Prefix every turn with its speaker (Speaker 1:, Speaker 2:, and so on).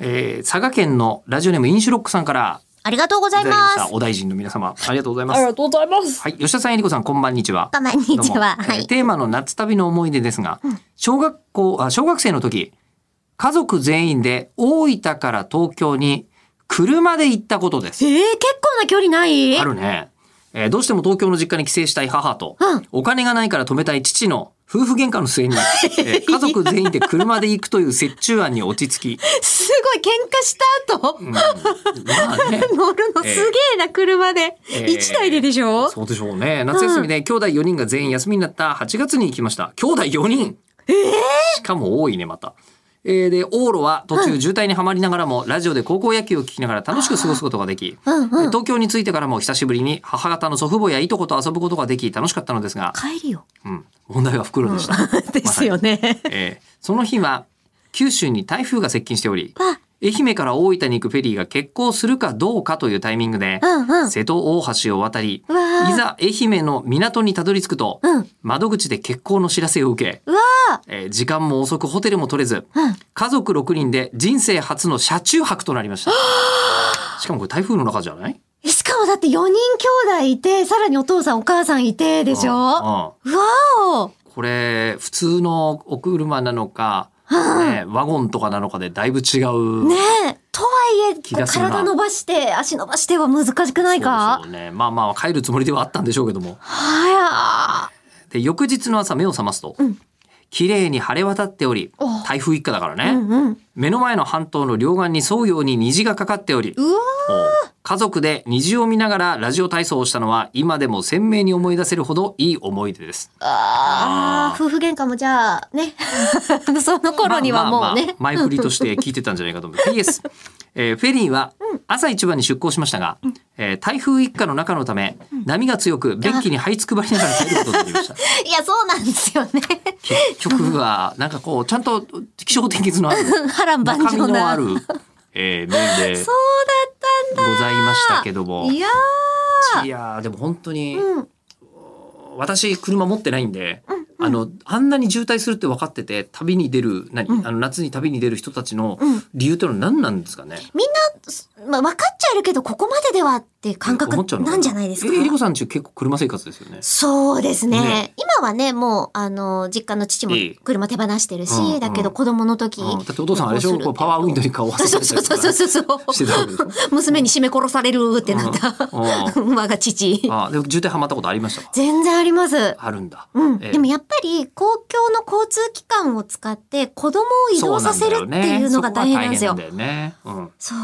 Speaker 1: えー佐賀県のラジオネームインシュロックさんから
Speaker 2: ありがとうご
Speaker 1: い
Speaker 2: ざい
Speaker 1: ただきま
Speaker 2: ま
Speaker 1: した
Speaker 2: す。
Speaker 1: お大臣の皆様ありがとうございます。
Speaker 2: がとうございます。
Speaker 1: はい、吉田さんえりこさんこんばんにちは。
Speaker 2: こんばんにちは
Speaker 1: どうも
Speaker 2: はい
Speaker 1: えーテーマの夏旅の思い出ですが、小学校あ小学生の時家族全員で大分から東京に車で行ったことです。
Speaker 2: えー、結構な距離ない
Speaker 1: あるね。えーどうしても東京の実家に帰省したい母と、
Speaker 2: うん
Speaker 1: お金がないから止めたい父の夫婦喧嘩の末 に、えー家族全員で車で行くという折衷案に落ち着き、
Speaker 2: すごい、喧嘩した後、
Speaker 1: うん、まあね。
Speaker 2: 乗るのす
Speaker 1: えー
Speaker 2: げえな、車で。
Speaker 1: えー
Speaker 2: 一台ででしょ
Speaker 1: そうでしょうね。夏休みで兄弟4人が全員休みになった8月に行きました。兄弟4人しかも多いね、また。えーで、往路は途中渋滞にはまりながらも、ラジオで高校野球を聞きながら楽しく過ごすことができ、
Speaker 2: うん
Speaker 1: えー
Speaker 2: うん。
Speaker 1: 東京に着いてからも久しぶりに母方の祖父母やいとこと遊ぶことができ楽しかったのですが、
Speaker 2: 帰りよ。
Speaker 1: うん、問題は袋でした。
Speaker 2: ですよね。
Speaker 1: えーその日は九州に台風が接近しており、
Speaker 2: わ、
Speaker 1: 愛媛から大分に行くフェリーが欠航するかどうかというタイミングで
Speaker 2: う、んうん。
Speaker 1: 瀬戸大橋を渡り、
Speaker 2: うわー
Speaker 1: いざ愛媛の港にたどり着くと、
Speaker 2: うん。
Speaker 1: 窓口で欠航の知らせを受け、
Speaker 2: うわー
Speaker 1: えー時間も遅くホテルも取れず、
Speaker 2: うん。
Speaker 1: 家族6人で人生初の車中泊となりま した。しかもこれ台風の中じゃない
Speaker 2: えしかもだって4人兄弟いて、さらにお父さんお母さんいてでしょ
Speaker 1: うん
Speaker 2: わ
Speaker 1: うん
Speaker 2: お
Speaker 1: これ普通のお車なのか、ね、ワゴンとかなのかでだいぶ違う。
Speaker 2: ねえ。とはいえ、こ
Speaker 1: 気
Speaker 2: う
Speaker 1: がするな
Speaker 2: 体伸ばして、足伸ばしては難しくないか
Speaker 1: そうですよね。まあまあ帰るつもりではあったんでしょうけども。
Speaker 2: は
Speaker 1: で翌日の朝目を覚ますと、
Speaker 2: うん
Speaker 1: 綺麗に晴れ渡っており
Speaker 2: おう、
Speaker 1: 台風一過だから
Speaker 2: や。
Speaker 1: ね、
Speaker 2: うんうん。
Speaker 1: 目の前の半島の両岸に沿うように虹がかかっており、
Speaker 2: うわ
Speaker 1: 家族で虹を見ながらラジオ体操をしたのは今でも鮮明に思い出せるほどいい思い出です。
Speaker 2: あ
Speaker 1: あ
Speaker 2: ー夫婦喧嘩もじゃあ ねその頃にはもうね、
Speaker 1: まあまあまあ前振りとして聞いてたんじゃないかと思います PS、えーフェリーは朝一番に出港しましたが、えー台風一過の中のため、波が強く便器に這いつくばりながら帰ることになりました。
Speaker 2: いやそうなんですよ ね
Speaker 1: 結局はなんかこうちゃんと気象天気図のある
Speaker 2: 波乱万
Speaker 1: 中身
Speaker 2: 丈
Speaker 1: のあ
Speaker 2: な
Speaker 1: る、えー、面で
Speaker 2: そ
Speaker 1: ご
Speaker 2: う
Speaker 1: ざいましたけど
Speaker 2: だっ
Speaker 1: も
Speaker 2: たいや
Speaker 1: いやーでも本当に、
Speaker 2: ーうん
Speaker 1: 私車持ってないんで、あのあんなに渋滞するって分かってて旅に出る何、あの夏に旅に出る人たちの
Speaker 2: うん
Speaker 1: 理由ってのは何なんですかね、
Speaker 2: まあ、分かっちゃいるけどここまでではって感覚
Speaker 1: 思っちゃうのか
Speaker 2: なんじゃないですか
Speaker 1: ええりこさんち結構車生活ですよね。
Speaker 2: そうですね
Speaker 1: ね
Speaker 2: 今はねもうあの実家の父も
Speaker 1: いい
Speaker 2: 車手放してるし、
Speaker 1: うんうん
Speaker 2: だけど子供の時、
Speaker 1: うん、だってお父さんあれでしょこうパワーウィンドウに顔を挟
Speaker 2: そう
Speaker 1: ま
Speaker 2: そう
Speaker 1: れ
Speaker 2: そう
Speaker 1: た
Speaker 2: そう
Speaker 1: りとか
Speaker 2: そうそう
Speaker 1: してたわけでしょ
Speaker 2: 娘に絞め殺されるってなった、
Speaker 1: うんうん
Speaker 2: 我が父
Speaker 1: あーでも渋滞はまったことありま したか
Speaker 2: 全然あります
Speaker 1: あるんだ。
Speaker 2: うん、
Speaker 1: ええ
Speaker 2: でもやっぱり公共の交通機関を使って子供を移動させるっていうのが大変なんですよ。
Speaker 1: そうなんだよね。うん
Speaker 2: そう